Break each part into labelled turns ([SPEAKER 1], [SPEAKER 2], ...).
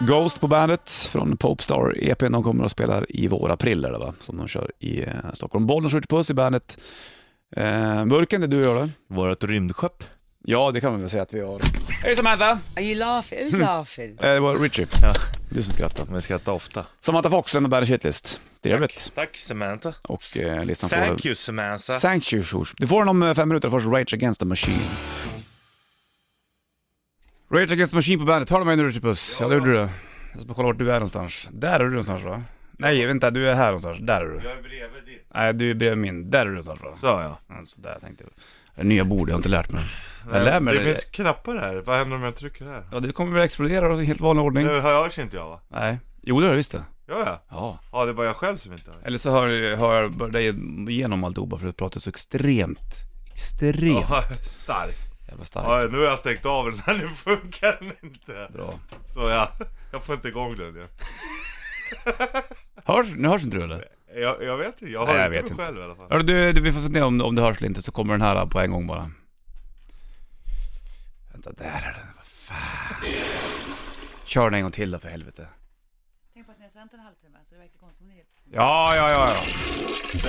[SPEAKER 1] Ghost på bandet från Popstar EP. De kommer att spela i vår april eller va? som de kör i eh, Stockholm. Bollen skjuter puss i bandet. Eh, burken, det är du och jag då?
[SPEAKER 2] Vårat rymdskepp.
[SPEAKER 1] Ja, det kan man väl säga att vi har. Hej Samantha!
[SPEAKER 3] Are you laughing? Who's laughing?
[SPEAKER 1] Eh, det var Richie.
[SPEAKER 2] Ja.
[SPEAKER 1] Du som skrattade.
[SPEAKER 2] Men skrattar ofta.
[SPEAKER 1] Samantha Fox lämnar Bandet Shitlist. Trevligt.
[SPEAKER 2] Tack Samantha.
[SPEAKER 1] Och eh,
[SPEAKER 4] Liksom
[SPEAKER 1] lyssna på...
[SPEAKER 2] Thank you Samantha.
[SPEAKER 1] Thank you. Shosh. Du får den om eh, fem minuter, först Rage Against the Machine. Rage Against the Machine på bandet, hör du mig nu Ritipus? Ja, det gjorde du. Jag ska kolla vart du är någonstans. Där är du någonstans va? Nej vänta, du är här någonstans. Där är du.
[SPEAKER 2] Jag är bredvid dig.
[SPEAKER 1] Nej, du är bredvid min. Där är du någonstans va?
[SPEAKER 2] Så ja.
[SPEAKER 1] Ja, Så där tänkte jag. Det är Nya bord, jag har inte lärt mig. Jag lär mig
[SPEAKER 4] det
[SPEAKER 1] det.
[SPEAKER 4] finns knappar här, vad händer om jag trycker här?
[SPEAKER 1] Ja, du kommer väl explodera i helt vanlig ordning?
[SPEAKER 4] Nu hörs inte jag va?
[SPEAKER 1] Nej. Jo, det har jag visst det.
[SPEAKER 4] Gör jag?
[SPEAKER 1] Ja.
[SPEAKER 4] Ja, det är bara jag själv som inte hör.
[SPEAKER 1] Eller så hör, hör jag dig igenom alltihopa för du pratar så extremt, extremt
[SPEAKER 4] Ja, stark.
[SPEAKER 1] jävla starkt.
[SPEAKER 4] Ja, nu har jag stängt av den här, nu funkar den inte.
[SPEAKER 1] Bra.
[SPEAKER 4] Så ja, jag får inte igång den igen.
[SPEAKER 1] Hörs, nu hörs inte du eller?
[SPEAKER 4] Jag, jag vet inte, jag
[SPEAKER 1] Nej, jag
[SPEAKER 4] hör
[SPEAKER 1] vet
[SPEAKER 4] inte
[SPEAKER 1] inte.
[SPEAKER 4] mig själv i alla fall.
[SPEAKER 1] Hörru, du, du, vi får fundera om, om det hörs eller inte så kommer den här på en gång bara. Vänta, där är den. Vad fan. Kör den en gång till då för helvete.
[SPEAKER 3] Tänk på att ni har sänt en halvtimme, så det verkar konstigt om ni helt
[SPEAKER 1] Ja, ja, ja, ja.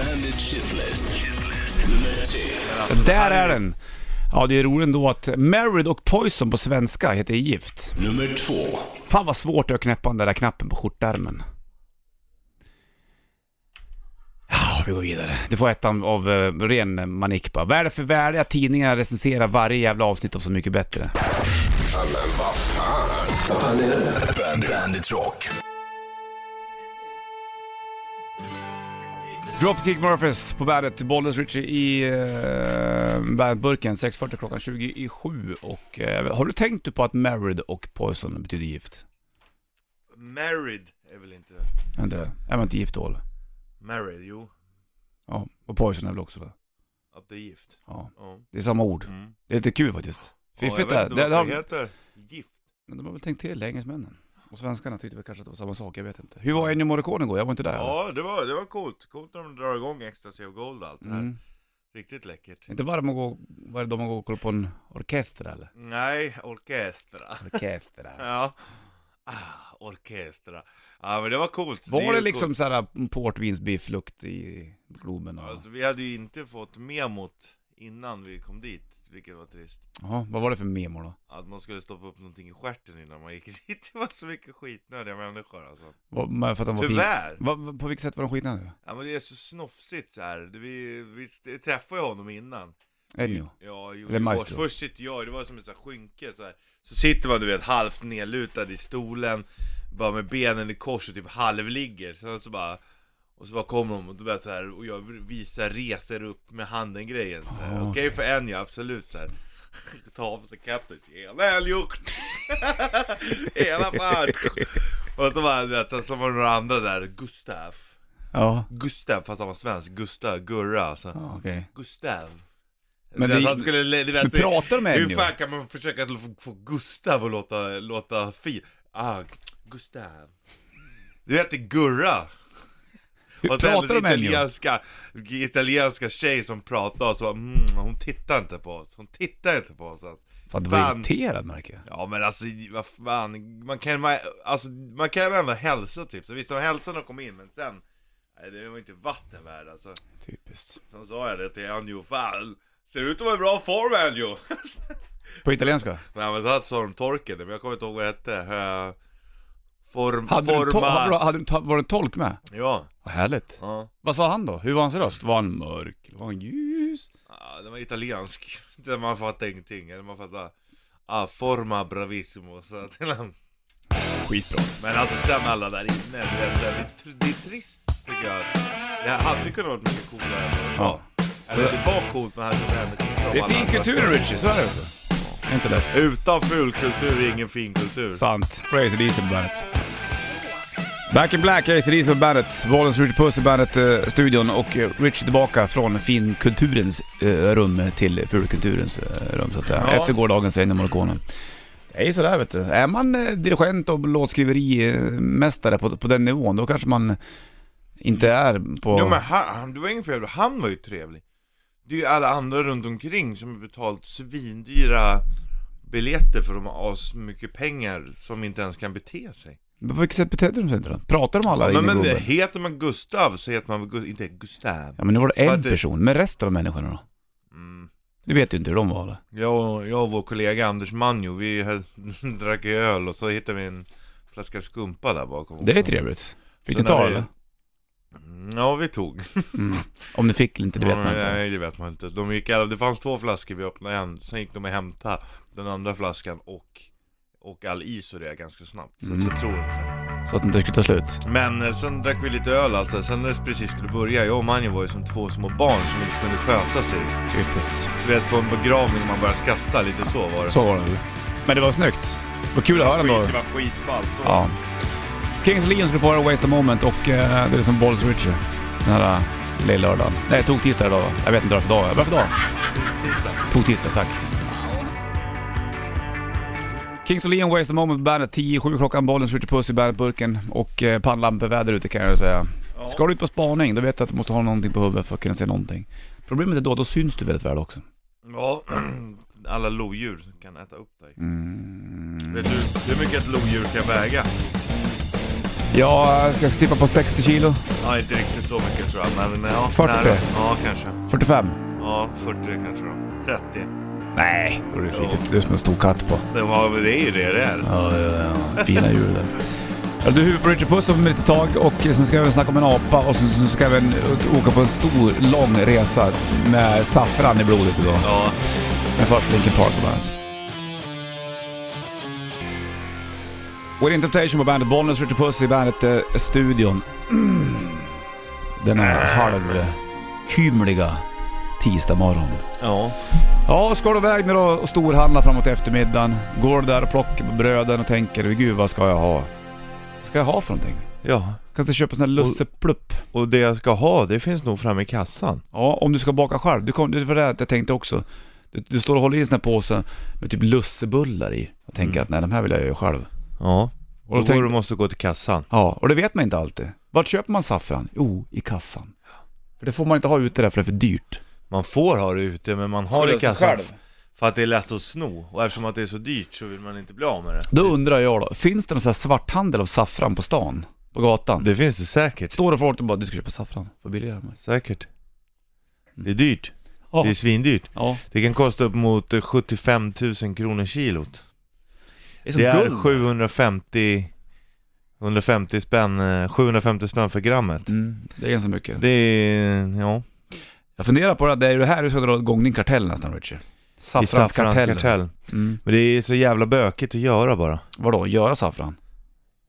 [SPEAKER 5] Bandit Shitlist. Nummer tre.
[SPEAKER 1] Där är den. Ja, det är roligt ändå att Married och Poison på svenska heter gift.
[SPEAKER 5] Nummer två.
[SPEAKER 1] Fan vad svårt det är att knäppa den där knappen på skjortärmen. Ja, vi går vidare. Du får ettan av eh, ren manik bara. Vad är det för värde att tidningar recenserar varje jävla avsnitt av Så Mycket Bättre?
[SPEAKER 5] Vad fan är det? Bandit, Bandit Rock.
[SPEAKER 1] Dropkick Murphys på bandet, Bollnäs Richie i eh, bandburken, 6.40 klockan 20 i sju. och eh, har du tänkt du på att married och poison betyder gift?
[SPEAKER 4] Married är väl inte...
[SPEAKER 1] Är inte det? Är man inte gift då eller?
[SPEAKER 4] Married, jo.
[SPEAKER 1] Ja, och poison är väl också det?
[SPEAKER 4] Att det är gift.
[SPEAKER 1] Ja,
[SPEAKER 4] Ja.
[SPEAKER 1] det är samma ord.
[SPEAKER 4] Mm.
[SPEAKER 1] Det är lite kul faktiskt.
[SPEAKER 4] ja, jag
[SPEAKER 1] Fiffigt
[SPEAKER 4] vet
[SPEAKER 1] det.
[SPEAKER 4] inte
[SPEAKER 1] det,
[SPEAKER 4] vad
[SPEAKER 1] det
[SPEAKER 4] det
[SPEAKER 1] har,
[SPEAKER 4] heter. Gift.
[SPEAKER 1] men de har väl tänkt till, engelsmännen. Och svenskarna tyckte väl kanske att det var samma sak, jag vet inte. Hur var Ennio Morricone igår? Jag var inte där. eller?
[SPEAKER 4] Ja, det var, det var coolt. Coolt när de drar igång Ecstasy of Gold och allt det här.
[SPEAKER 1] Mm.
[SPEAKER 4] Riktigt läckert.
[SPEAKER 1] Inte varm att gå, var det de att gå och kolla på en orkester eller?
[SPEAKER 4] Nej, orkestra.
[SPEAKER 1] Orkester.
[SPEAKER 4] Ja. Ah, orkestra. Ja men det var coolt. Så
[SPEAKER 1] Var
[SPEAKER 4] är
[SPEAKER 1] det
[SPEAKER 4] ju
[SPEAKER 1] liksom
[SPEAKER 4] coolt.
[SPEAKER 1] såhär portvinsbifflukt i Globen? Och...
[SPEAKER 4] Alltså, vi hade ju inte fått memot innan vi kom dit, vilket var trist.
[SPEAKER 1] Jaha, vad var det för memo då?
[SPEAKER 4] Att man skulle stoppa upp någonting i stjärten innan man gick dit. Det var så mycket skitnödiga människor alltså.
[SPEAKER 1] Vad- men För att de var fin...
[SPEAKER 4] Tyvärr!
[SPEAKER 1] Va, va- på vilket sätt var de skitnödiga?
[SPEAKER 4] Ja men det är så snofsigt så här. Vi, vi träffade ju honom innan.
[SPEAKER 1] Ennio?
[SPEAKER 4] Ja, jo,
[SPEAKER 1] Eller
[SPEAKER 4] det
[SPEAKER 1] maestro.
[SPEAKER 4] var, först sitter jag, det var som ett sånt här skynke så här. Så sitter man du vet halvt nedlutad i stolen, bara med benen i kors och typ halvligger. Sen så bara, och så bara kommer de och du vet så här, och jag visar reser upp med handen grejen så här.
[SPEAKER 1] Ah,
[SPEAKER 4] Okej för en ja, absolut så här. Ta av sig kapseln, tjena älgjort! Hela fan! Och så bara, du vet, sen så var det några andra där, Gustav.
[SPEAKER 1] Ja,
[SPEAKER 4] Gustav, fast han var svensk, Gustav, Gurra alltså.
[SPEAKER 1] ja ah, okej.
[SPEAKER 4] Gustav.
[SPEAKER 1] Men
[SPEAKER 4] Men det,
[SPEAKER 1] det-
[SPEAKER 4] han skulle, le- du vet,
[SPEAKER 1] Men
[SPEAKER 4] det-
[SPEAKER 1] pratar de med
[SPEAKER 4] Hur
[SPEAKER 1] Ennio?
[SPEAKER 4] fan kan man försöka att få- få Gustav att låta, låta fin? Ah, Gustav. Du heter Gurra.
[SPEAKER 1] Hur
[SPEAKER 4] Och sen
[SPEAKER 1] pratar de
[SPEAKER 4] en
[SPEAKER 1] Ennio?
[SPEAKER 4] italienska, italienska tjej som pratar och så bara, mm, hon tittar inte på oss. Hon tittar inte på oss. Alltså.
[SPEAKER 1] Fan, du var
[SPEAKER 4] Fan.
[SPEAKER 1] irriterad märker jag.
[SPEAKER 4] Ja men alltså vad fan, man kan, man, alltså, man kan ändå hälsa typ. Så visst, de hälsade när de kom in men sen, nej, det var inte vatten värd alltså.
[SPEAKER 1] Typiskt.
[SPEAKER 4] Sen sa jag det till Anjo, fan, ser ut att vara i bra form Anjo!
[SPEAKER 1] På italienska?
[SPEAKER 4] Nej men så hade- sa de torken, men jag kommer inte ihåg vad det hette. Eh, Form,
[SPEAKER 1] Hade du en tol- hade, du-
[SPEAKER 4] forma...
[SPEAKER 1] hade, du en tol- var det en tolk med?
[SPEAKER 4] Ja,
[SPEAKER 1] Vad härligt.
[SPEAKER 4] ja.
[SPEAKER 1] Vad sa han då? Hur var hans röst? Var han mörk? Eller var han ljus?
[SPEAKER 4] Ah, den var italiensk. Där man fattar ingenting, eller man fattar... Ah, forma bravissimo, så att
[SPEAKER 1] Skitbra.
[SPEAKER 4] Men alltså sen alla där inne, du vet, det är, tr- det är trist tycker jag. Det hade kunnat varit mycket coolare.
[SPEAKER 1] Ja.
[SPEAKER 4] Eller det var coolt men hade inte hänt.
[SPEAKER 1] Det är fin kultur Richie, så är det. Det är Inte lätt.
[SPEAKER 4] Utan ful kultur, ingen fin kultur.
[SPEAKER 1] Sant. Crazy Diesel Bandet. Back in Black, Crazy Diesel Bandet. Bollens Richie Puss i Bandet-studion och eh, Richie tillbaka från finkulturens eh, rum till fulkulturens eh, rum så att säga.
[SPEAKER 4] Ja.
[SPEAKER 1] Efter gårdagens Ennio Morricone. Det är ju sådär vet du. Är man eh, dirigent och låtskriverimästare på, på den nivån då kanske man inte är på...
[SPEAKER 4] Jo men han, det var ingen fel, han var ju trevlig. Det är ju alla andra runt omkring som har betalt svindyra biljetter för de har as mycket pengar som inte ens kan bete sig.
[SPEAKER 1] Men på vilket sätt betedde de sig inte då? Pratade de alla
[SPEAKER 4] Ja,
[SPEAKER 1] in
[SPEAKER 4] men,
[SPEAKER 1] i
[SPEAKER 4] men
[SPEAKER 1] gubben?
[SPEAKER 4] heter man Gustav så heter man väl Gu- inte Gustav.
[SPEAKER 1] Ja men nu var det
[SPEAKER 4] För
[SPEAKER 1] en
[SPEAKER 4] att det-
[SPEAKER 1] person, men resten av människorna då?
[SPEAKER 4] Mm.
[SPEAKER 1] Du vet ju inte hur de var eller?
[SPEAKER 4] Jag, och, jag och vår kollega Anders Manjo, vi höll, drack öl och så hittade vi en flaska skumpa där bakom.
[SPEAKER 1] Det är trevligt. Fick
[SPEAKER 4] Så
[SPEAKER 1] ni ta
[SPEAKER 4] när vi-
[SPEAKER 1] eller?
[SPEAKER 4] Mm, Ja, vi tog.
[SPEAKER 1] Mm. Om ni fick eller inte, det vet man inte.
[SPEAKER 4] Nej, det vet man inte. De gick, alla- det fanns två flaskor, vi öppnade en, sen gick de och hämtade den andra flaskan och, och all is och det ganska snabbt. Så,
[SPEAKER 1] Mm.
[SPEAKER 4] så jag tror inte det.
[SPEAKER 1] Så att det inte skulle ta slut.
[SPEAKER 4] Men eh, sen drack vi lite öl alltså, sen när det precis skulle börja, jag och Manjo var ju som två små barn som inte kunde sköta sig.
[SPEAKER 1] Typiskt.
[SPEAKER 4] Du vet på en begravning man börjar skratta, lite så var det.
[SPEAKER 1] Så var det väl. Men det var snyggt. Vad kul att höra ändå.
[SPEAKER 4] Skit, det var skitballt. så.
[SPEAKER 1] Ja. Kings of Leon skulle få höra Waste a Moment och eh, det är som Bolls Richie. Den här eh, lilla lördagen. Nej, tog tisdag idag va? Jag vet inte varför dag. Varför dag? Tog tisdag, tack. Kings of Leon, Waste a Moment, bandet 10, 7 klockan, bollen skjuter puss i bandetburken och eh, pannlampeväder ute kan jag ju säga. Ska du ut på spaning, då vet du att du måste ha någonting på huvudet för att kunna se någonting. Problemet är då, då syns du väldigt väl också.
[SPEAKER 4] Ja, alla lodjur kan äta upp dig.
[SPEAKER 1] Mm.
[SPEAKER 4] Vet du hur mycket ett lodjur kan väga?
[SPEAKER 1] Ja, jag ska tippa på 60 kilo.
[SPEAKER 4] Ja, inte riktigt så mycket tror jag, men ja,
[SPEAKER 1] 40.
[SPEAKER 4] nära. Ja, kanske.
[SPEAKER 1] 45.
[SPEAKER 4] Ja, 40 kanske då. 30.
[SPEAKER 1] Nej, då är det skitigt. Du är som en stor katt på.
[SPEAKER 4] Det, var, det är ju det det är.
[SPEAKER 1] Ja, ja, ja. Fina djur där. Ja, du huvudet på Richard Puss om ett litet tag och sen ska vi snacka om en apa och sen så ska vi en, åka på en stor, lång resa med saffran i blodet idag.
[SPEAKER 4] Ja,
[SPEAKER 1] Men först Linkin Park på bandet. Within Temptation på bandet Bollnäs, Richard Puss i bandet eh, Studion. Mm. Denna halvkymliga tisdagmorgon.
[SPEAKER 4] ja.
[SPEAKER 1] Ja, ska du iväg nu då och storhandla framåt eftermiddagen? Går du där och plockar på bröden och tänker gud vad ska jag ha? Vad ska jag ha för någonting?
[SPEAKER 4] ja.
[SPEAKER 1] Kan du köpa sån här lusseplupp?
[SPEAKER 4] Och det jag ska ha, det finns nog framme i kassan.
[SPEAKER 1] Ja, om du ska baka själv. Du kom, det var det här jag tänkte också. Du, du står och håller i en sån här påse med typ lussebullar i och tänker att nej, de här vill jag göra själv.
[SPEAKER 4] Ja.
[SPEAKER 1] Och
[SPEAKER 4] Mm. Då
[SPEAKER 1] då
[SPEAKER 4] går
[SPEAKER 1] tänk-
[SPEAKER 4] du måste gå till kassan.
[SPEAKER 1] Ja, och det vet man inte alltid. Vart köper man saffran? Jo, i kassan. För det får man inte ha ute där för det är för dyrt.
[SPEAKER 4] Man får ha det ute, men man har det i kassan. För att det är lätt att sno. Och eftersom att det är så dyrt så vill man inte bli av med det.
[SPEAKER 1] Då undrar jag då, finns det någon sån här svarthandel av saffran på stan? På gatan?
[SPEAKER 4] Det finns det säkert.
[SPEAKER 1] Står det folk och bara du ska köpa saffran, för billigare.
[SPEAKER 4] Säkert. Det är dyrt.
[SPEAKER 1] Ja.
[SPEAKER 4] Det är svindyrt.
[SPEAKER 1] Ja.
[SPEAKER 4] Det kan kosta upp mot eh, 75 000 kronor kilot.
[SPEAKER 1] Det är som
[SPEAKER 4] Det är
[SPEAKER 1] guld.
[SPEAKER 4] 750, 150 spänn, eh, 750 spänn för grammet.
[SPEAKER 1] Mm, det är ganska mycket.
[SPEAKER 4] Det är, ja,
[SPEAKER 1] Jag funderar på det, det är ju här du ska dra igång din kartell nästan Richard.
[SPEAKER 4] i saffranskartell.
[SPEAKER 1] Saffranskartell. Mm.
[SPEAKER 4] Men det är så jävla bökigt att göra bara.
[SPEAKER 1] Vadå, göra saffran?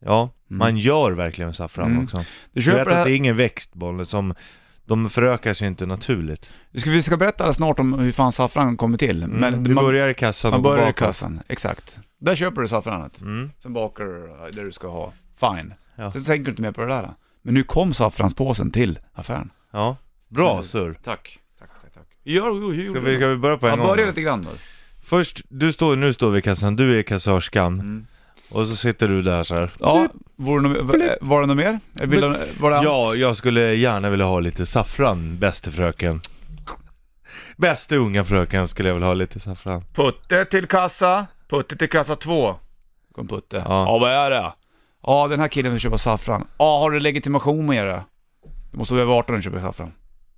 [SPEAKER 4] Ja,
[SPEAKER 1] Mm.
[SPEAKER 4] man gör verkligen saffran
[SPEAKER 1] Mm.
[SPEAKER 4] också.
[SPEAKER 1] Du
[SPEAKER 4] Du
[SPEAKER 1] köper
[SPEAKER 4] vet
[SPEAKER 1] det
[SPEAKER 4] att det är
[SPEAKER 1] här.
[SPEAKER 4] ingen växtboll som, de förökar sig inte naturligt.
[SPEAKER 1] Vi ska, vi ska berätta alldeles snart om hur fan saffran kommer till.
[SPEAKER 4] Mm.
[SPEAKER 1] Men
[SPEAKER 4] du
[SPEAKER 1] man,
[SPEAKER 4] börjar i kassan
[SPEAKER 1] man
[SPEAKER 4] och går
[SPEAKER 1] börjar i
[SPEAKER 4] bakåt.
[SPEAKER 1] kassan, exakt. Där köper du saffranet.
[SPEAKER 4] Mm.
[SPEAKER 1] Sen bakar du det du ska ha. Fine.
[SPEAKER 4] Ja.
[SPEAKER 1] Sen tänker du inte mer på det där. Men nu kom saffranspåsen till affären.
[SPEAKER 4] Ja, bra surr.
[SPEAKER 1] Tack. Tack, tack, tack. Ja, jo, Mm. jo,
[SPEAKER 4] Ska vi, ska vi börja på en gång? Mm.
[SPEAKER 1] börja lite grann då.
[SPEAKER 4] Först, du står, nu står vi i kassan, du är kassörskan.
[SPEAKER 1] Mm.
[SPEAKER 4] Och så sitter du där så här.
[SPEAKER 1] Ja, var det, no- var det något mer? Vill du, var det
[SPEAKER 4] Ja, jag skulle gärna vilja ha lite saffran, bäste fröken. Bäste unga fröken skulle jag vilja ha lite saffran.
[SPEAKER 1] Putte till kassa, Putte till kassa två. Kom Putte. Ja.
[SPEAKER 4] Ja.
[SPEAKER 1] vad är det? Ja, den här killen vill köpa saffran. Ja, har du legitimation med dig? Du måste vara över 18 när du köper saffran.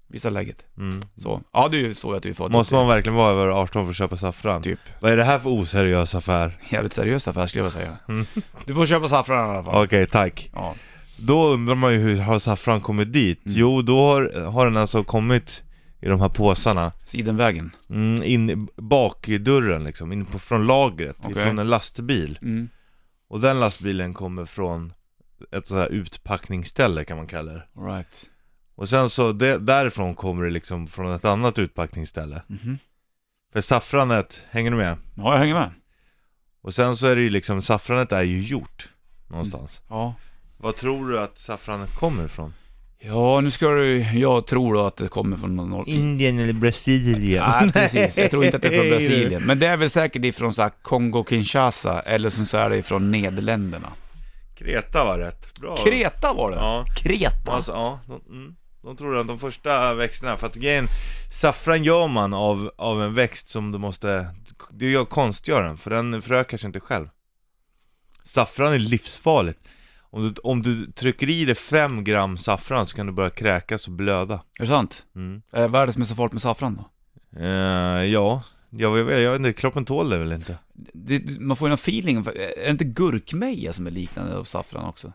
[SPEAKER 1] Visa läget.
[SPEAKER 4] Mm.
[SPEAKER 1] Så. Ja, du såg att du är född.
[SPEAKER 4] Måste man verkligen vara över 18 för att köpa saffran?
[SPEAKER 1] Typ.
[SPEAKER 4] Vad är det här för oseriös affär?
[SPEAKER 1] Jävligt seriös affär skulle jag vilja säga.
[SPEAKER 4] Mm.
[SPEAKER 1] Du får köpa saffran i alla fall.
[SPEAKER 4] Okej, tack.
[SPEAKER 1] Ja.
[SPEAKER 4] Då undrar man ju hur har saffran kommit dit?
[SPEAKER 1] Mm.
[SPEAKER 4] Jo, då har, har den alltså kommit i de här påsarna.
[SPEAKER 1] Sidenvägen.
[SPEAKER 4] Mm, in i bakdörren liksom, in på, från lagret,
[SPEAKER 1] Okej.
[SPEAKER 4] ifrån en lastbil.
[SPEAKER 1] Mm.
[SPEAKER 4] Och den lastbilen kommer från ett så här utpackningsställe kan man kalla det.
[SPEAKER 1] All right.
[SPEAKER 4] Och sen så det, därifrån kommer det liksom från ett annat utpackningsställe.
[SPEAKER 1] Mhm.
[SPEAKER 4] För saffranet, hänger du med?
[SPEAKER 1] Ja, jag hänger med.
[SPEAKER 4] Och sen så är det ju liksom, saffranet är ju gjort någonstans.
[SPEAKER 1] Ja.
[SPEAKER 4] Vad tror du att saffranet kommer ifrån?
[SPEAKER 1] Ja, nu ska du... Jag tror då att det kommer från någon... norr-
[SPEAKER 4] Indien eller Brasilien?
[SPEAKER 1] Nej, precis. Jag tror inte att det är från
[SPEAKER 4] Nej, du.
[SPEAKER 1] Brasilien. Men det är väl säkert ifrån så här Kongo-Kinshasa eller som så är det ifrån Nederländerna.
[SPEAKER 4] Kreta var rätt. Bra.
[SPEAKER 1] Kreta var det!
[SPEAKER 4] Ja.
[SPEAKER 1] Kreta!
[SPEAKER 4] Alltså, ja. de- Mm. De tror att de första växterna, för att grejen, saffran gör man av, av en växt som du måste, du gör konstgören, för den förökar sig inte själv. Saffran är livsfarligt. Om du, om du trycker i dig 5 gram saffran så kan du börja kräkas och blöda.
[SPEAKER 1] Är det sant?
[SPEAKER 4] Mm.
[SPEAKER 1] Är det världens mesta fart med saffran då?
[SPEAKER 4] Eh, ja, jag, jag, jag, vet inte, kroppen tål det väl inte?
[SPEAKER 1] Det, det- man får ju någon feeling, för- är det inte gurkmeja som är liknande av saffran också?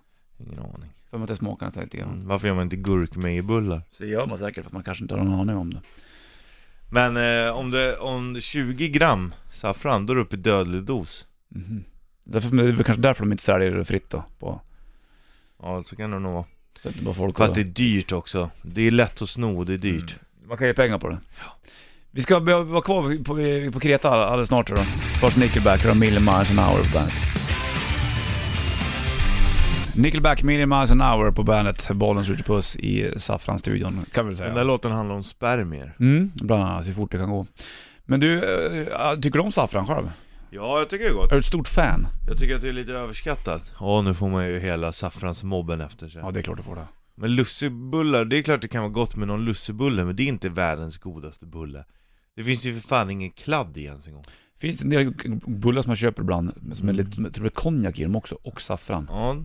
[SPEAKER 4] Ingen aning.
[SPEAKER 1] För att jag smakar nästan lite grann.
[SPEAKER 4] Mm. Varför gör man inte gurkmejebullar?
[SPEAKER 1] Så gör man säkert för att man kanske inte har någon aning om det.
[SPEAKER 4] Men eh, om, det, om det är 20 gram saffran, då är du uppe i dödlig dos.
[SPEAKER 1] Mhm. Därför, men det är väl kanske därför de inte säljer det fritt då. På,
[SPEAKER 4] Ja, så kan det nog vara.
[SPEAKER 1] så att inte bara folk
[SPEAKER 4] Fast det är dyrt också. Det är lätt att sno, det är dyrt.
[SPEAKER 1] Man kan ge pengar på det. Vi ska be- vara kvar på, på Kreta all- alldeles snart då. Först Nickelback och Million Miles An Hour på bandet. Nickelback, Million Miles An Hour på bandet. Bollen skjuter puss i Saffran-studion kan vi väl
[SPEAKER 4] Den där
[SPEAKER 1] säga.
[SPEAKER 4] låten handlar om spermier.
[SPEAKER 1] Mm, bland annat hur fort det kan gå. Men du, eh, tycker du om saffran själv?
[SPEAKER 4] Ja, jag tycker det är gott.
[SPEAKER 1] Är du ett stort fan?
[SPEAKER 4] Jag tycker att det är lite överskattat. Ja, nu får man ju hela saffransmobben efter sig.
[SPEAKER 1] Ja, det är klart du får det.
[SPEAKER 4] Men lussebullar, det är klart det kan vara gott med någon lussebulle, men det är inte världens godaste bulle. Det finns ju för fan ingen kladd i ens en gång.
[SPEAKER 1] finns en del bullar som man köper ibland som är lite, jag tror det är konjak i dem också, och saffran.
[SPEAKER 4] Ja,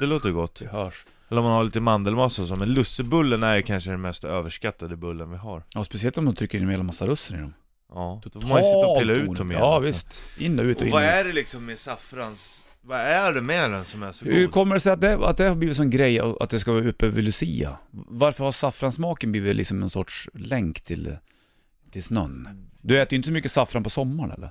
[SPEAKER 4] det låter gott.
[SPEAKER 1] Det hörs.
[SPEAKER 4] Eller om man har lite mandelmassa och så, men lussebullen är ju kanske den mest överskattade bullen vi har.
[SPEAKER 1] Ja, speciellt om man trycker in en hel massa russin i dem.
[SPEAKER 4] Ja, då får man ju sitta och pilla ut liksom. dem igen.
[SPEAKER 1] Ja,
[SPEAKER 4] också.
[SPEAKER 1] visst. In och ut och
[SPEAKER 4] Och
[SPEAKER 1] in.
[SPEAKER 4] vad
[SPEAKER 1] och ut.
[SPEAKER 4] är det liksom med saffrans... Vad är det med den som är så
[SPEAKER 1] Hur
[SPEAKER 4] god?
[SPEAKER 1] kommer det sig att det, att det har blivit sån grej att det ska vara uppe vid Lucia? Varför har saffransmaken blivit liksom en sorts länk till, till snön? Du äter ju inte så mycket saffran på sommaren eller?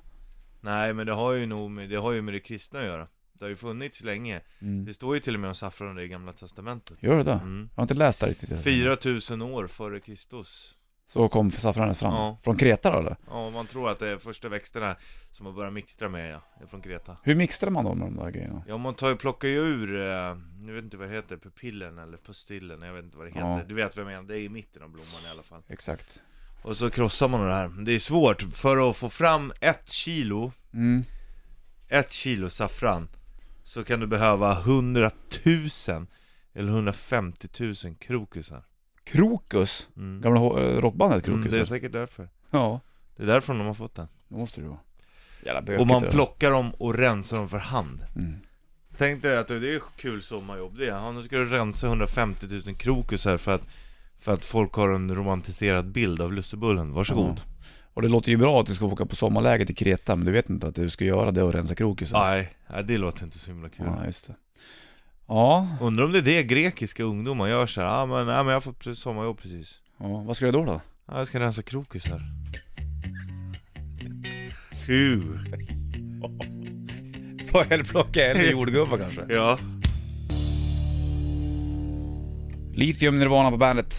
[SPEAKER 4] Nej men det har ju nog med, det har ju med det kristna att göra. Det har ju funnits länge.
[SPEAKER 1] Mm.
[SPEAKER 4] Det står ju till och med om saffran i det gamla testamentet.
[SPEAKER 1] Gör det det?
[SPEAKER 4] Mm.
[SPEAKER 1] Jag har inte läst det riktigt.
[SPEAKER 4] 4000 år före Kristus.
[SPEAKER 1] Så kom saffranet fram?
[SPEAKER 4] Ja.
[SPEAKER 1] Från Kreta då eller?
[SPEAKER 4] Ja, man tror att det är första växterna som man börjar mixtra med, ja, är från Kreta.
[SPEAKER 1] Hur mixtrar man då med de där grejerna?
[SPEAKER 4] Ja, man tar ju, plockar ju ur, eh, nu vet inte vad det heter, pupillen eller pustillen, jag vet inte vad det heter.
[SPEAKER 1] Ja.
[SPEAKER 4] Du vet vad jag menar, det är i mitten av blomman i alla fall.
[SPEAKER 1] Exakt.
[SPEAKER 4] Och så krossar man det här. Men Det är svårt, för att få fram ett kilo,
[SPEAKER 1] Mm.
[SPEAKER 4] ett kilo saffran, så kan du behöva 100 000 eller 150 000 krokusar.
[SPEAKER 1] Krokus?
[SPEAKER 4] Mm.
[SPEAKER 1] Gamla ho- eh, rockbandet Krokus?
[SPEAKER 4] Mm, det är säkert därför.
[SPEAKER 1] Ja,
[SPEAKER 4] Det är därför de har fått den.
[SPEAKER 1] det måste det ju vara. Jävla bökigt
[SPEAKER 4] Och
[SPEAKER 1] det
[SPEAKER 4] man
[SPEAKER 1] där.
[SPEAKER 4] plockar dem och rensar dem för hand.
[SPEAKER 1] Mm.
[SPEAKER 4] Tänk dig att det är kul sommarjobb det är. Ja, nu ska du rensa 150 000 krokusar för att, för att folk har en romantiserad bild av lussebullen. Varsågod.
[SPEAKER 1] Och det låter ju bra att du ska få åka på sommarläger till Kreta, men du vet inte att du ska göra det och rensa krokus?
[SPEAKER 4] Nej, nej, det låter inte så himla kul.
[SPEAKER 1] Ja, just det. Ja,
[SPEAKER 4] Undrar om det är det grekiska ungdomar gör så här. Ja, men, ja, men jag har fått sommarjobb precis.
[SPEAKER 1] ja, vad ska du göra då? då?
[SPEAKER 4] Ja, jag ska rensa krokusar. Kul!
[SPEAKER 1] På plocka eller jordgubbar kanske?
[SPEAKER 4] Ja.
[SPEAKER 1] Lithium Nirvana på bandet.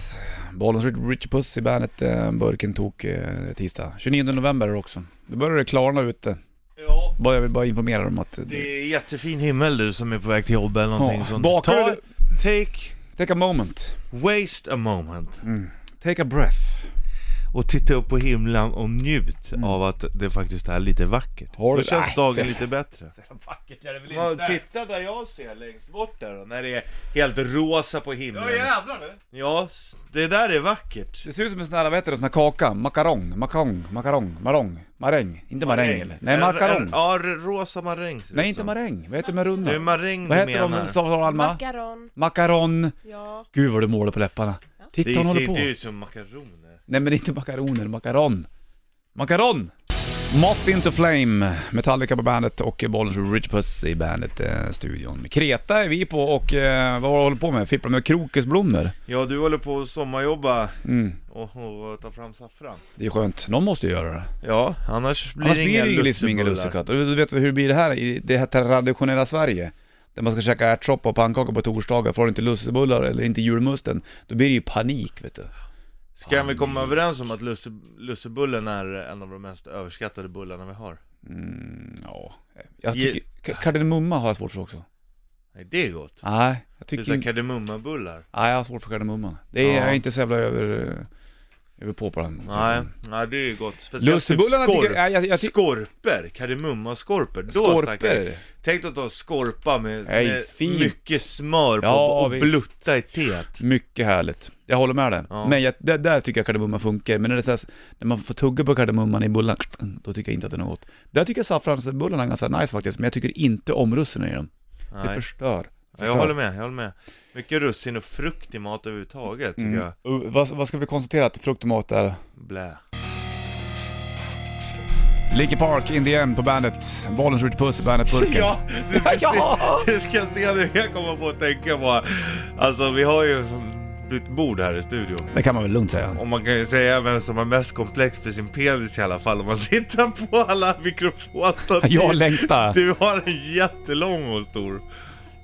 [SPEAKER 1] Bollens Richie Puss i bandet. Eh, Burken tog eh, tisdag. 29 november är det också. Då börjar det klarna ute.
[SPEAKER 4] ja.
[SPEAKER 1] Bara- Jag vill bara informera dem att... eh,
[SPEAKER 4] Det är jättefin himmel du som är på väg till jobb eller någonting
[SPEAKER 1] Ja,
[SPEAKER 4] sånt.
[SPEAKER 1] bakar
[SPEAKER 4] Ta,
[SPEAKER 1] du-
[SPEAKER 4] take,
[SPEAKER 1] Take a moment.
[SPEAKER 4] waste a moment.
[SPEAKER 1] Take a breath.
[SPEAKER 4] och titta upp på himlen och njut av att det faktiskt är lite vackert.
[SPEAKER 1] Mm. Har
[SPEAKER 4] Då
[SPEAKER 1] du-
[SPEAKER 4] känns
[SPEAKER 1] Nej,
[SPEAKER 4] dagen
[SPEAKER 1] så-
[SPEAKER 4] lite bättre.
[SPEAKER 1] Vackert är det väl
[SPEAKER 4] Ja, titta där jag ser längst bort där då, när det är helt rosa på himlen.
[SPEAKER 1] jävlar du.
[SPEAKER 4] Ja, s- det där är vackert.
[SPEAKER 1] Det ser ut som en sån här, vad heter det, sån här kaka? Makarong, makarong, makarong, marong, maräng. Inte maräng eller? Nej,
[SPEAKER 4] En-
[SPEAKER 1] makarong.
[SPEAKER 4] en- Ja, r- rosa maräng ser det
[SPEAKER 1] Nej,
[SPEAKER 4] ut
[SPEAKER 1] inte
[SPEAKER 4] som.
[SPEAKER 1] maräng. Vad heter de här
[SPEAKER 4] Liksom. Det är
[SPEAKER 1] runda?
[SPEAKER 4] maräng
[SPEAKER 1] Vad
[SPEAKER 4] du
[SPEAKER 1] heter
[SPEAKER 4] menar.
[SPEAKER 1] de, sa Alma?
[SPEAKER 6] Macaron,
[SPEAKER 1] Makaron.
[SPEAKER 6] ja.
[SPEAKER 1] Gud vad du målar på läpparna. Titta,
[SPEAKER 4] Det
[SPEAKER 1] hon håller
[SPEAKER 4] ser
[SPEAKER 1] på.
[SPEAKER 4] inte ut som makaroner.
[SPEAKER 1] Nej men inte makaroner, makaron. Makaron! Moth into Flame, Metallica på bandet och Bollens Rich Puss i bandet-studion. Kreta är vi på och eh, vad håller du på med? Fipplar med krokusblommor.
[SPEAKER 4] Ja, du håller på att sommarjobba
[SPEAKER 1] Mm,
[SPEAKER 4] och, och ta fram saffran.
[SPEAKER 1] det är skönt. Någon måste ju göra det.
[SPEAKER 4] Ja, annars blir
[SPEAKER 1] Annars
[SPEAKER 4] det
[SPEAKER 1] blir
[SPEAKER 4] inga
[SPEAKER 1] det ju liksom inga
[SPEAKER 4] lussebullar.
[SPEAKER 1] lussekatter. Du vet hur det blir det här i det här traditionella Sverige? Där man ska käka ärtsoppa och pannkaka på torsdagar. Får du inte lussebullar eller inte julmusten, då blir det ju panik vet du.
[SPEAKER 4] Ska vi komma överens om att lusse, lussebullen är en av de mest överskattade bullarna vi har?
[SPEAKER 1] Mm, ja. Jag
[SPEAKER 4] Ge-
[SPEAKER 1] tycker, ka- kardemumma har jag svårt för också.
[SPEAKER 4] Nej det är gott.
[SPEAKER 1] Nej, jag
[SPEAKER 4] Det är
[SPEAKER 1] tycker
[SPEAKER 4] såhär
[SPEAKER 1] inte...
[SPEAKER 4] kardemummabullar.
[SPEAKER 1] Nej, jag har svårt för kardemumman. Det är,
[SPEAKER 4] Ja.
[SPEAKER 1] Jag är inte så jävla över... Över på på den. om jag säger
[SPEAKER 4] Nej,
[SPEAKER 1] så.
[SPEAKER 4] nej det är gott. Speciellt
[SPEAKER 1] Lussebullarna
[SPEAKER 4] typ
[SPEAKER 1] tycker jag... jag, jag tycker-
[SPEAKER 4] Skorpor, kardemummaskorpor. Då snackar vi.
[SPEAKER 1] Skorpor?
[SPEAKER 4] Tänk dig att ta skorpa med,
[SPEAKER 1] Nej,
[SPEAKER 4] med
[SPEAKER 1] fint.
[SPEAKER 4] mycket smör på
[SPEAKER 1] Ja,
[SPEAKER 4] och
[SPEAKER 1] visst.
[SPEAKER 4] blutta i teet.
[SPEAKER 1] Mycket härligt. Jag håller med dig.
[SPEAKER 4] Ja.
[SPEAKER 1] Men jag, där, där tycker jag kardemumma funkar. Men när, det är så här, när man får tugga på kardemumman i bullen, då tycker jag inte att den är gott. Där tycker jag saffransbullarna är ganska nice faktiskt, men jag tycker inte om russinen i dem. Det
[SPEAKER 4] Nej.
[SPEAKER 1] förstör.
[SPEAKER 4] Ja, jag
[SPEAKER 1] förstör.
[SPEAKER 4] håller med, jag håller med. Mycket russin och frukt i mat överhuvudtaget tycker jag.
[SPEAKER 1] Uh, vad, vad ska vi konstatera att frukt och mat är?
[SPEAKER 4] Blä.
[SPEAKER 1] Linkin Park, in the end på bandet. Bollen skjuter puss i bandet-burken.
[SPEAKER 4] Ja, du ska,
[SPEAKER 1] Ja!
[SPEAKER 4] Se, du ska se nu jag kommer på att tänka på. Alltså vi har ju sån- ett bord här i studion.
[SPEAKER 1] Det kan man väl lugnt säga.
[SPEAKER 4] Och man kan ju säga vem som är mest komplex för sin penis i alla fall om man tittar på alla mikrofoner.
[SPEAKER 1] Jag längsta.
[SPEAKER 4] Du har en jättelång och stor.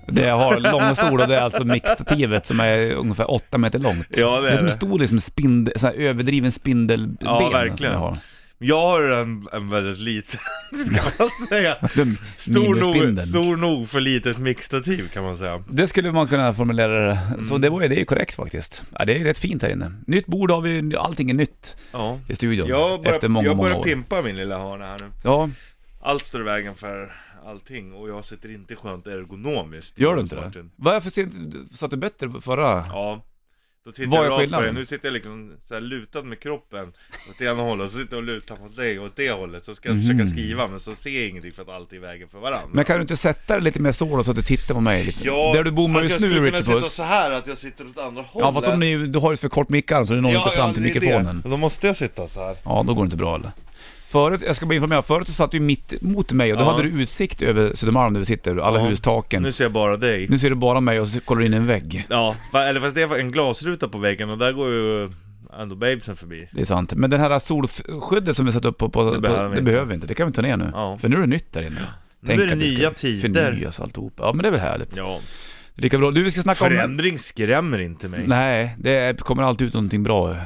[SPEAKER 1] Det jag har lång och stor och det är alltså mixativet som är ungefär åtta meter långt.
[SPEAKER 4] Ja, det är
[SPEAKER 1] är som en
[SPEAKER 4] det.
[SPEAKER 1] stor liksom spindel, sån här överdriven spindelben
[SPEAKER 4] Ja,
[SPEAKER 1] Som
[SPEAKER 4] verkligen.
[SPEAKER 1] jag har.
[SPEAKER 4] Jag har en, en väldigt liten, ska man säga.
[SPEAKER 1] Den
[SPEAKER 4] Stor nog,
[SPEAKER 1] minispindeln.
[SPEAKER 4] stor nog för litet mixtativ kan man säga.
[SPEAKER 1] Det skulle man kunna formulera det.
[SPEAKER 4] Mm.
[SPEAKER 1] Så det, var, ju- det är ju korrekt faktiskt. Ja, det är rätt fint här inne. Nytt bord har vi, allting är nytt
[SPEAKER 4] Ja.
[SPEAKER 1] i studion.
[SPEAKER 4] Jag börjar,
[SPEAKER 1] efter många,
[SPEAKER 4] jag
[SPEAKER 1] många
[SPEAKER 4] börjar
[SPEAKER 1] år.
[SPEAKER 4] pimpa min lilla hörna här nu.
[SPEAKER 1] Ja,
[SPEAKER 4] Allt står i vägen för allting och jag sitter inte skönt ergonomiskt.
[SPEAKER 1] gör du inte det?
[SPEAKER 4] Martin.
[SPEAKER 1] Varför ser inte- satt du bättre på förra?
[SPEAKER 4] Ja. Då tittar
[SPEAKER 1] Vad är
[SPEAKER 4] jag rakt på
[SPEAKER 1] skillnaden?
[SPEAKER 4] dig. Nu sitter jag liksom så här lutad med kroppen åt ena hållet och så sitter jag och lutar mot dig åt det hållet. Så ska jag försöka skriva men så ser jag ingenting för att allt är i vägen för varandra.
[SPEAKER 1] Mhm. Men kan du inte sätta dig lite mer så då, så att du tittar på mig lite?
[SPEAKER 4] Ja,
[SPEAKER 1] Där du bommar
[SPEAKER 4] alltså
[SPEAKER 1] just nu,
[SPEAKER 4] Jag
[SPEAKER 1] Richard
[SPEAKER 4] skulle kunna sitta
[SPEAKER 1] Puss.
[SPEAKER 4] så här att jag sitter åt andra hållet.
[SPEAKER 1] Ja, fast om ni, du har ju för kort mick arm, så det når inte fram till
[SPEAKER 4] det är det.
[SPEAKER 1] mikrofonen.
[SPEAKER 4] Då måste jag sitta så här.
[SPEAKER 1] Ja, då går det inte bra eller? Förut, jag ska bara informera, förut så satt du ju mitt mot mig och då
[SPEAKER 4] Ja.
[SPEAKER 1] hade du utsikt över Södermalm där vi sitter, alla
[SPEAKER 4] Ja.
[SPEAKER 1] hustaken.
[SPEAKER 4] Nu ser jag bara dig.
[SPEAKER 1] Nu ser du bara mig och så kollar du in i en vägg.
[SPEAKER 4] Ja, fa- eller fast det var en glasruta på väggen och där går ju ändå babesen förbi.
[SPEAKER 1] Det är sant. Men den här solskyddet som vi satt upp på, på det,
[SPEAKER 4] behöver
[SPEAKER 1] på,
[SPEAKER 4] vi
[SPEAKER 1] det
[SPEAKER 4] inte.
[SPEAKER 1] behöver vi inte. Det kan vi ta ner nu.
[SPEAKER 4] Ja.
[SPEAKER 1] För nu är det nytt där inne.
[SPEAKER 4] Nu är det
[SPEAKER 1] att
[SPEAKER 4] nya
[SPEAKER 1] ska
[SPEAKER 4] tider.
[SPEAKER 1] förnyas alltihopa. Ja men det är väl härligt.
[SPEAKER 4] Ja.
[SPEAKER 1] Lika bra. Du vi ska snacka om...
[SPEAKER 4] Förändring skrämmer inte mig.
[SPEAKER 1] Nej, det är- kommer alltid ut någonting bra.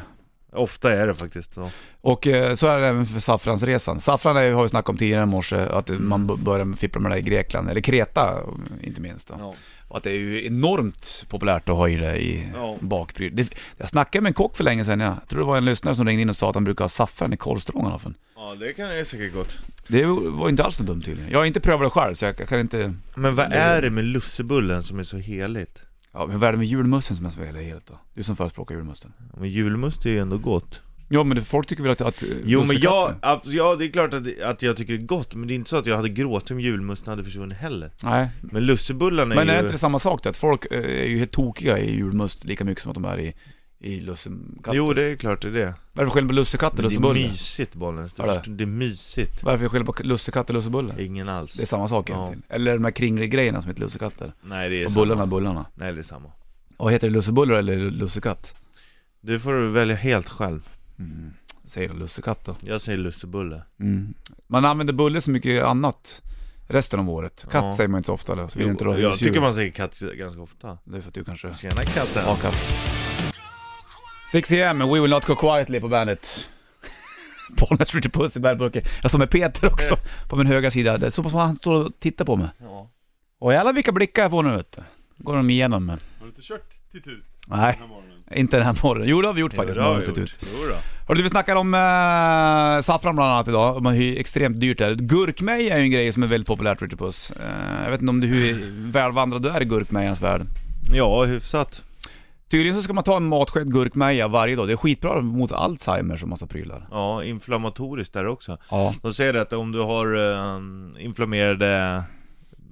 [SPEAKER 4] Ofta är det faktiskt så.
[SPEAKER 1] Och eh, så är det även för saffransresan. Saffran är, har vi snackat om tidigare i morse, att man b- börjar med- fippla med det i Grekland, eller Kreta inte minst. Då.
[SPEAKER 4] Ja.
[SPEAKER 1] Och att det är ju enormt populärt att ha i det i
[SPEAKER 4] Ja.
[SPEAKER 1] bakpryd. Det, jag snackade med en kock för länge sedan, jag tror det var en lyssnare som ringde in och sa att han brukar ha saffran i korvstroganoffen.
[SPEAKER 4] Ja, det kan jag säkert gott.
[SPEAKER 1] Det var inte alls så dumt tydligen. Jag har inte prövat det själv så jag kan inte...
[SPEAKER 4] Men vad är det med lussebullen som är så heligt?
[SPEAKER 1] Ja, men vad är det med julmusten som är så jävla helt då? Du som förespråkar julmusten.
[SPEAKER 4] Men julmust är ju ändå gott.
[SPEAKER 1] Ja men det- folk tycker väl att... att eh,
[SPEAKER 4] Jo men jag, abs- ja det är klart att, att jag tycker det är gott, men det är inte så att jag hade gråtit om julmusten hade försvunnit heller.
[SPEAKER 1] Nej.
[SPEAKER 4] Men lussebullarna
[SPEAKER 1] Men
[SPEAKER 4] är
[SPEAKER 1] är det
[SPEAKER 4] ju...
[SPEAKER 1] inte samma sak då? Att folk eh, är ju helt tokiga i julmust lika mycket som att de är i, i lussekatter.
[SPEAKER 4] Jo det är klart det är det.
[SPEAKER 1] Vad är det för skillnad på lussekatt och
[SPEAKER 4] Men det är
[SPEAKER 1] lussebulle?
[SPEAKER 4] mysigt Bollens, du
[SPEAKER 1] Vad är det?
[SPEAKER 4] förstår, det är mysigt.
[SPEAKER 1] Vad är det för skillnad på lussekatt och lussebulle?
[SPEAKER 4] Ingen alls.
[SPEAKER 1] Det är samma sak
[SPEAKER 4] Ja.
[SPEAKER 1] egentligen. Eller de här kringliga grejerna som heter lussekatter.
[SPEAKER 4] Nej det är
[SPEAKER 1] Och
[SPEAKER 4] samma.
[SPEAKER 1] bullarna, bullarna.
[SPEAKER 4] Nej det är samma.
[SPEAKER 1] Och heter det lussebullar eller lussekatt?
[SPEAKER 4] Du får du välja helt själv.
[SPEAKER 1] Mm. Säger de lussekatt då.
[SPEAKER 4] Jag säger lussebulle.
[SPEAKER 1] Mm. Man använder bulle så mycket annat resten av året. Katt
[SPEAKER 4] Ja.
[SPEAKER 1] säger man inte så ofta eller? Så vill inte du ha
[SPEAKER 4] jag
[SPEAKER 1] husdjur.
[SPEAKER 4] tycker man säger katt ganska ofta.
[SPEAKER 1] Det är för att du kanske
[SPEAKER 4] Tjena katten.
[SPEAKER 1] har katt. 6 am, we will not go quietly på bandet. Bollnäs Ritchie Puss i bandburken. Jag står med Peter också
[SPEAKER 6] Mm.
[SPEAKER 1] på min högra sida. Det är så pass som han står och tittar på mig.
[SPEAKER 4] Ja.
[SPEAKER 1] Och jävlar vilka blickar jag får nu vet du. Går de igenom mig.
[SPEAKER 6] Har du inte kört titut
[SPEAKER 1] Nej.
[SPEAKER 6] den här morgonen?
[SPEAKER 1] Inte den här morgonen. Jo det har vi gjort faktiskt.
[SPEAKER 4] det har
[SPEAKER 1] morgonen
[SPEAKER 4] jag
[SPEAKER 1] sett
[SPEAKER 4] gjort.
[SPEAKER 1] ut.
[SPEAKER 4] Jo då.
[SPEAKER 1] Hörru, vi snackar om eh, saffran bland annat idag. Och Man hyr extremt dyrt där. Gurkmeja är ju en grej som är väldigt populärt Ritchie Puss. Eh, jag vet inte om du, hur välvandrad du är i gurkmejans värld.
[SPEAKER 4] Ja, hyfsat.
[SPEAKER 1] Tydligen så ska man ta en matsked gurkmeja varje dag. Det är skitbra mot Alzheimers och massa prylar.
[SPEAKER 4] Ja, inflammatoriskt där också.
[SPEAKER 1] Ja.
[SPEAKER 4] De säger att om du har ehm, inflammerade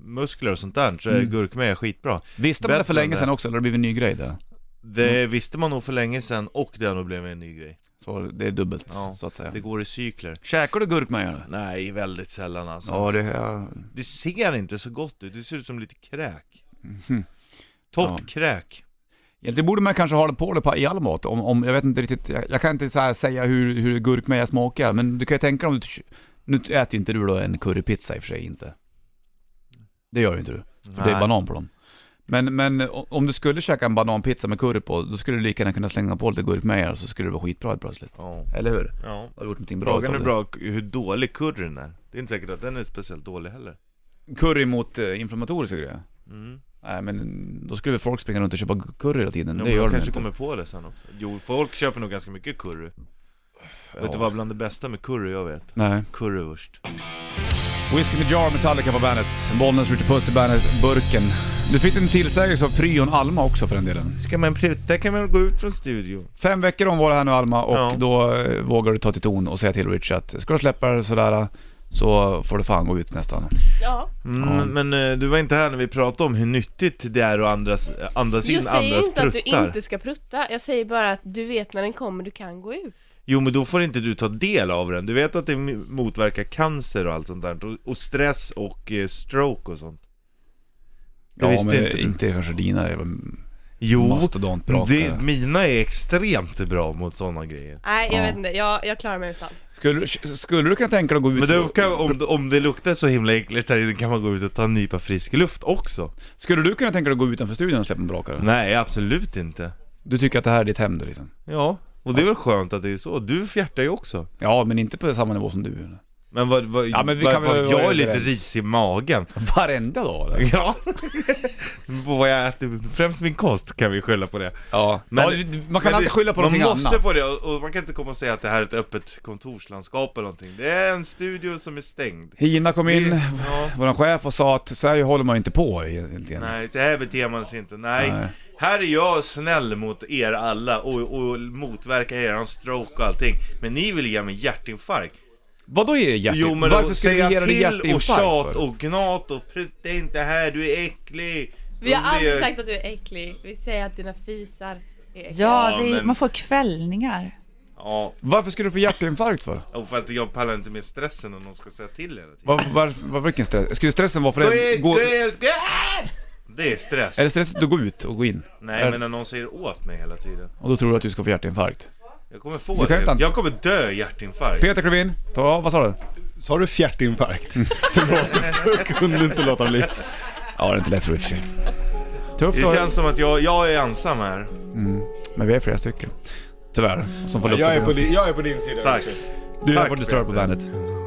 [SPEAKER 4] muskler och sånt där så är
[SPEAKER 1] Mm.
[SPEAKER 4] gurkmeja skitbra.
[SPEAKER 1] Visste man det
[SPEAKER 4] Bättre
[SPEAKER 1] för länge
[SPEAKER 4] än
[SPEAKER 1] sedan
[SPEAKER 4] det.
[SPEAKER 1] också eller har det blivit en ny grej där?
[SPEAKER 4] Det
[SPEAKER 1] Mm.
[SPEAKER 4] visste man nog för länge sedan och det har nog blivit en ny grej.
[SPEAKER 1] Så det är dubbelt
[SPEAKER 4] Ja.
[SPEAKER 1] så att säga.
[SPEAKER 4] Det går i cykler.
[SPEAKER 1] Käkar du gurkmeja nu?
[SPEAKER 4] Nej, väldigt sällan alltså.
[SPEAKER 1] Ja det är...
[SPEAKER 4] Det ser inte så gott ut, det ser ut som lite kräk.
[SPEAKER 1] Mhm.
[SPEAKER 4] Torrt
[SPEAKER 1] Ja.
[SPEAKER 4] kräk.
[SPEAKER 1] Egentligen borde man kanske ha det på det på, i all mat. Om, om, jag vet inte riktigt, jag, jag kan inte så här säga hur, hur gurkmeja smakar men du kan ju tänka dig om du... Nu äter ju inte du då en currypizza i och för sig inte. Det gör ju inte du. För det är
[SPEAKER 4] Nej.
[SPEAKER 1] banan på dem. Men, men o- om du skulle käka en bananpizza med curry på, då skulle du lika gärna kunna slänga på lite gurkmeja så skulle det vara skitbra helt plötsligt.
[SPEAKER 4] Ja.
[SPEAKER 1] Eller hur?
[SPEAKER 4] ja.
[SPEAKER 1] Har du gjort någonting bra
[SPEAKER 4] Frågan
[SPEAKER 1] utav
[SPEAKER 4] är
[SPEAKER 1] det?
[SPEAKER 4] bra k- hur dålig curryn är. Det är inte säkert att den är speciellt dålig heller.
[SPEAKER 1] Curry mot eh, inflammatoriska grejer?
[SPEAKER 4] Mm.
[SPEAKER 1] Nej men då skulle väl folk springa runt och köpa curry hela tiden, det
[SPEAKER 4] Ja, men
[SPEAKER 1] gör de
[SPEAKER 4] jag kanske
[SPEAKER 1] inte.
[SPEAKER 4] kommer på det sen också. Jo, folk köper nog ganska mycket curry. Vet du vad bland det bästa med curry jag vet?
[SPEAKER 1] Nej.
[SPEAKER 4] Currywurst.
[SPEAKER 1] Whiskey in the Jar Metallica på bandet. Bollnäs Ritchie Puss i bandet, burken. Du fick en tillsägelse av pryon Alma också för den delen.
[SPEAKER 4] Ska man pruta kan man gå ut från studion.
[SPEAKER 1] Fem veckor om var det här nu Alma och
[SPEAKER 4] Ja.
[SPEAKER 1] då eh, vågar du ta till ton och säga till Rich att ska du släppa det sådär så får du fan gå ut nästan.
[SPEAKER 6] Ja,
[SPEAKER 4] Mm,
[SPEAKER 1] Ja.
[SPEAKER 4] Men eh, du var inte här när vi pratade om hur nyttigt det är att andas, andas in
[SPEAKER 6] jag säger ju
[SPEAKER 4] andras
[SPEAKER 6] inte att du
[SPEAKER 4] pruttar.
[SPEAKER 6] inte ska prutta, jag säger bara att du vet när den kommer, du kan gå ut.
[SPEAKER 4] Jo men då får inte du ta del av den. Du vet att det motverkar cancer och allt sånt där. Och, och stress och eh, stroke och sånt. Det
[SPEAKER 1] Ja
[SPEAKER 4] visste
[SPEAKER 1] men
[SPEAKER 4] inte
[SPEAKER 1] inte,
[SPEAKER 4] du.
[SPEAKER 1] kanske dina jävla
[SPEAKER 4] Jo, det,
[SPEAKER 1] mastodontbrakare.
[SPEAKER 4] mina är extremt bra mot sådana grejer.
[SPEAKER 6] Nej, jag
[SPEAKER 1] Ja.
[SPEAKER 6] vet inte, jag, jag klarar mig utan.
[SPEAKER 1] Skulle, skulle du kunna tänka dig att gå ut
[SPEAKER 4] Men då
[SPEAKER 1] och-
[SPEAKER 4] kan, om, om det luktar så himla äckligt här inne kan man gå ut och ta en nypa frisk luft också.
[SPEAKER 1] Skulle du kunna tänka dig att gå utanför studion och släppa en brakare?
[SPEAKER 4] Nej, absolut inte.
[SPEAKER 1] Du tycker att det här är ditt hem då liksom?
[SPEAKER 4] Ja, och det är väl skönt att det är så. Du fjärtar ju också.
[SPEAKER 1] Ja men inte på samma nivå som du. eller?
[SPEAKER 4] Men vad, vad,
[SPEAKER 1] Ja, men vi
[SPEAKER 4] vad,
[SPEAKER 1] kan väl
[SPEAKER 4] vad,
[SPEAKER 1] vara
[SPEAKER 4] jag är
[SPEAKER 1] överens.
[SPEAKER 4] lite risig i magen.
[SPEAKER 1] Varenda dag eller?
[SPEAKER 4] Ja, på vad jag äter, främst min kost kan vi skylla på det.
[SPEAKER 1] Ja.
[SPEAKER 4] Men-
[SPEAKER 1] ja man kan
[SPEAKER 4] Men
[SPEAKER 1] alltid
[SPEAKER 4] det-
[SPEAKER 1] skylla på någonting
[SPEAKER 4] Man måste
[SPEAKER 1] annat.
[SPEAKER 4] få det, och och man kan inte komma och säga att det här är ett öppet kontorslandskap eller någonting. Det är en studio som är stängd.
[SPEAKER 1] Hina kom in,
[SPEAKER 4] Vi- Ja,
[SPEAKER 1] våran chef, och sa att så här håller man ju inte på egentligen.
[SPEAKER 4] nej, det här beter man sig inte. Nej.
[SPEAKER 1] Nej.
[SPEAKER 4] Här är jag snäll mot er alla och, och motverkar eran stroke och allting. Men ni vill ge mig hjärtinfarkt.
[SPEAKER 1] Vadå är det hjärtin?
[SPEAKER 4] Jo men
[SPEAKER 1] Varför
[SPEAKER 4] att
[SPEAKER 1] skulle
[SPEAKER 4] säga
[SPEAKER 1] vi ge dig
[SPEAKER 4] till och
[SPEAKER 1] hjärtinfarkt
[SPEAKER 4] tjat
[SPEAKER 1] för?
[SPEAKER 4] och gnat och prutta inte här, du är äcklig.
[SPEAKER 6] Vi har
[SPEAKER 4] Om det
[SPEAKER 6] aldrig
[SPEAKER 4] är-
[SPEAKER 6] sagt att du är äcklig, vi säger att dina fisar är äckliga.
[SPEAKER 4] Ja,
[SPEAKER 3] Ja, det är,
[SPEAKER 4] men-
[SPEAKER 3] man får kvällningar.
[SPEAKER 4] Ja,
[SPEAKER 1] Varför skulle du få hjärtinfarkt för?
[SPEAKER 4] och för att jag pallar inte med stressen om någon ska säga till hela tiden.
[SPEAKER 1] Var, var, var, vilken stress? Skulle stressen vara för
[SPEAKER 4] Gå
[SPEAKER 1] dig?
[SPEAKER 4] ut,
[SPEAKER 1] Gå,
[SPEAKER 4] gå ut, gå ut! Det är stress.
[SPEAKER 1] är det stress att du går ut och går in?
[SPEAKER 4] Nej
[SPEAKER 1] Är-
[SPEAKER 4] men när någon säger åt mig hela tiden.
[SPEAKER 1] Och då tror du att du ska få hjärtinfarkt?
[SPEAKER 4] Jag kommer få
[SPEAKER 1] Du kan
[SPEAKER 4] det.
[SPEAKER 1] inte-
[SPEAKER 4] Jag kommer dö i hjärtinfarkt.
[SPEAKER 1] Peter klev in, ta, vad sa du?
[SPEAKER 7] Sa du fjärtinfarkt? Förlåt, jag kunde inte låta bli.
[SPEAKER 1] Ja det är inte lätt för Richie. Tufft
[SPEAKER 4] Det
[SPEAKER 1] då,
[SPEAKER 4] känns som att jag, jag är ensam här.
[SPEAKER 1] men vi är flera stycken. Tyvärr, som får lukta
[SPEAKER 7] Jag är på
[SPEAKER 1] din.
[SPEAKER 7] din, jag är på din sida.
[SPEAKER 4] Tack.
[SPEAKER 7] Richard.
[SPEAKER 1] Du är
[SPEAKER 4] Tack,
[SPEAKER 1] på Disturbed på
[SPEAKER 4] Peter.
[SPEAKER 1] bandet.